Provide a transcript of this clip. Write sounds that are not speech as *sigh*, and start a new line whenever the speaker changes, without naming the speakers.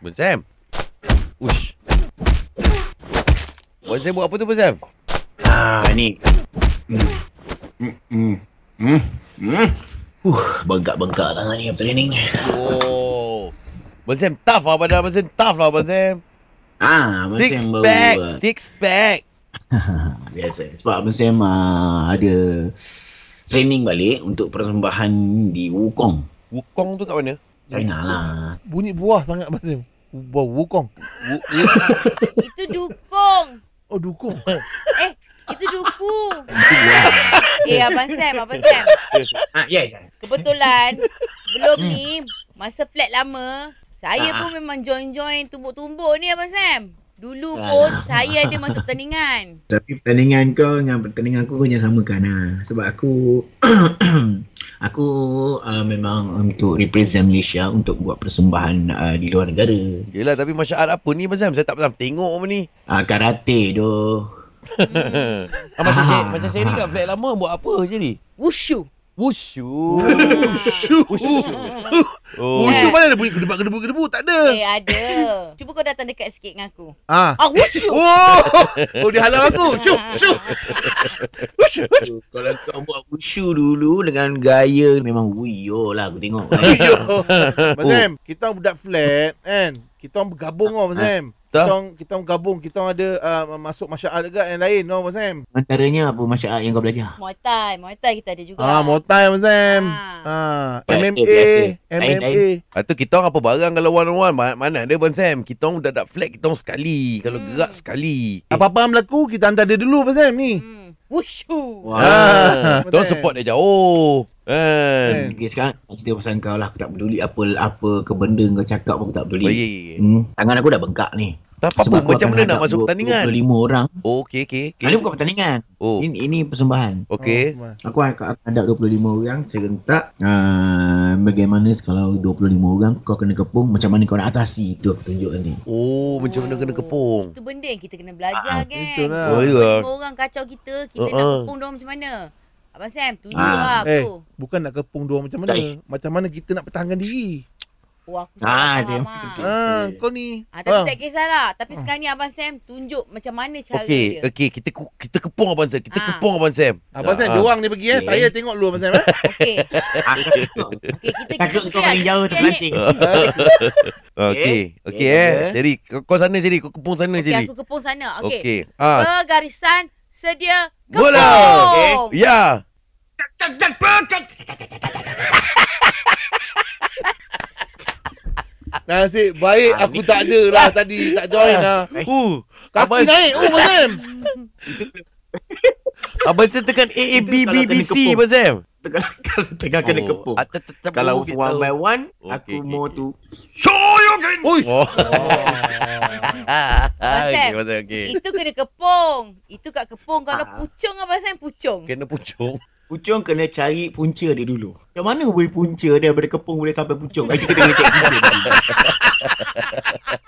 Abang Sam. Ush. Abang Sam buat apa tu Abang Sam?
Ah, ni. Hmm. Hmm. Hmm. Huh, bengkak-bengkak tangan ni after training.
Oh. Abang Sam tough lah badan Abang Sam. Tough lah Abang Sam.
Ah, Abang
Six
Sam baru
pack.
buat.
Six pack.
Biasa. Sebab Abang Sam ah, ada training balik untuk persembahan di Wukong.
Wukong tu kat mana?
China lah. *laughs*
Bunyi buah sangat Abang Sam. Buah wukong.
Wu- Wu-
Itu dukung.
*laughs* Oh dukung.
Itu duku. eh, Abang Sam, Abang Sam.
Ah, yes.
Kebetulan, sebelum
Hmm.
ni, masa flat lama, saya
Ah.
pun memang join-join tumbuk-tumbuk ni, Abang Sam. Dulu
Ah.
pun saya ada masa pertandingan.
Tapi pertandingan kau dengan pertandingan aku kau jangan samakan lah. Sebab aku *clears throat* aku uh, memang untuk represent Malaysia untuk buat persembahan uh, di luar negara.
Yelah tapi martial art apa ni Abang Sam? Saya tak pernah tengok apa ni.
Uh, karate doh.
Hmm.
Ah, macam,
Ah.
saya, macam saya ni kat flat lama buat apa Sherry?
Wushu.
Wushu. Wushu. Oh.
Oh, itu mana ada bunyi kedebu-kedebu-kedebu? Tak ada.
Eh, ada. Cuba kau datang dekat sikit dengan aku.
Ah.
Ah, wushu. Ah,
Oh, oh dia
*laughs*
halau aku. Syup, syup.
Kalau kau buat wushu dulu dengan gaya memang wuyo lah aku
*laughs*
tengok.
Abang Sam, kita orang budak flat kan. Kita orang bergabung tau Abang Sam. Kita orang kita orang gabung, kita orang ada uh, masuk masyarakat juga yang lain tau Abang Sam.
Antaranya apa martial art yang kau belajar?
Muay Thai. Muay Thai kita ada juga.
Ah, Muay Thai Abang Sam.
Ah.
Ah,
Biasa,
MMA,
biasa. Lain,
MMA.
Lepas tu kita orang apa barang kalau one on one mana, mana ada Abang Sam. Kita orang dah dak flat kita orang sekali. Kalau
Hmm.
gerak sekali.
Apa-apa yang berlaku, kita hantar dia dulu Abang Sam ni.
Hmm. Wushu.
Wah.
Ah,
Betul.
tu support dia jauh. Kan.
Okay, Ah, sekarang aku cerita pasal kau lah. Aku tak peduli apa apa ke benda kau cakap pun aku tak peduli.
Baik.
Hmm, tangan aku dah bengkak ni.
Tak apa-apa
Sebab aku
macam
akan
mana nak
hadap
masuk
20,
pertandingan?
25 orang.
Oh, okey okey
Okay. Ini
okey.
bukan pertandingan.
Oh,
Ini, ini persembahan.
okey.
Oh,
Aku akan akan hadap 25 orang serentak. Uh, bagaimana kalau 25 orang kau kena kepung macam mana kau nak atasi itu aku
*laughs*
tunjuk nanti.
Oh, macam mana kena kepung?
Itu benda yang kita kena belajar,
Ah,
kan?
itulah.
Oh, ya.
Semua orang kacau kita, kita
Uh-uh.
nak kepung diorang macam mana? Abang Sam, tunjuk
Ah.
lah
Eh.
aku.
Bukan nak kepung dua macam mana.
Tak.
Macam mana kita nak pertahankan diri.
Oh, aku
Ah,
tak
dia-
faham ah.
dia-
Ah, kau ni.
Ah, tapi
Ah.
tak kisahlah. Tapi sekarang ni Abang Sam tunjuk macam mana cara
Okey, *laughs*
dia.
okey, kita ku- kita kepung abang Sam. Kita
Ah.
kepung abang Sam.
Abang Sam,
Ah,
dia orang ni pergi eh.
Okey.
Saya tengok dulu Abang Sam *laughs* eh.
Okey. Okey, kita lah.
Takut
kita
kau paling jauh
kita
terpelanting.
Eh, ah. Okey, okey eh.
Okey.
Seri, kau kau sana Seri, kau kepung sana
Okey,
Seri.
aku kepung sana. Okey. Eh.
Okey. Ah,
Bergarisan, sedia, kepung.
bola. Ya.
Nasib baik
Ah,
aku tak ada
*laughs*
lah tadi. Tak join lah.
Uh,
Kaki
abang
naik. Oh, Abang Sam.
abang Sam tekan A A
Itu
B B
kalau
B
kena
C
kepung.
abang Sam.
Kalau *laughs* tengah kena
Oh,
kepung.
ah, tet- tet- tet-
Kalau
gitu.
one by one,
Okey,
aku
okey,
mau
okey.
tu. Shoryuken!
Oi.
*laughs* Oh.
Abang
Ah, Okey,
Sam.
abang Sam, okey.
Itu kena kepung. Itu kat kepung. Kalau
Ah.
pucung Abang Sam, pucung.
Kena pucung.
Pucung kena cari punca dia dulu. Macam mana boleh punca dia daripada kepung boleh sampai pucung? Eh, kita kena cek punca dulu.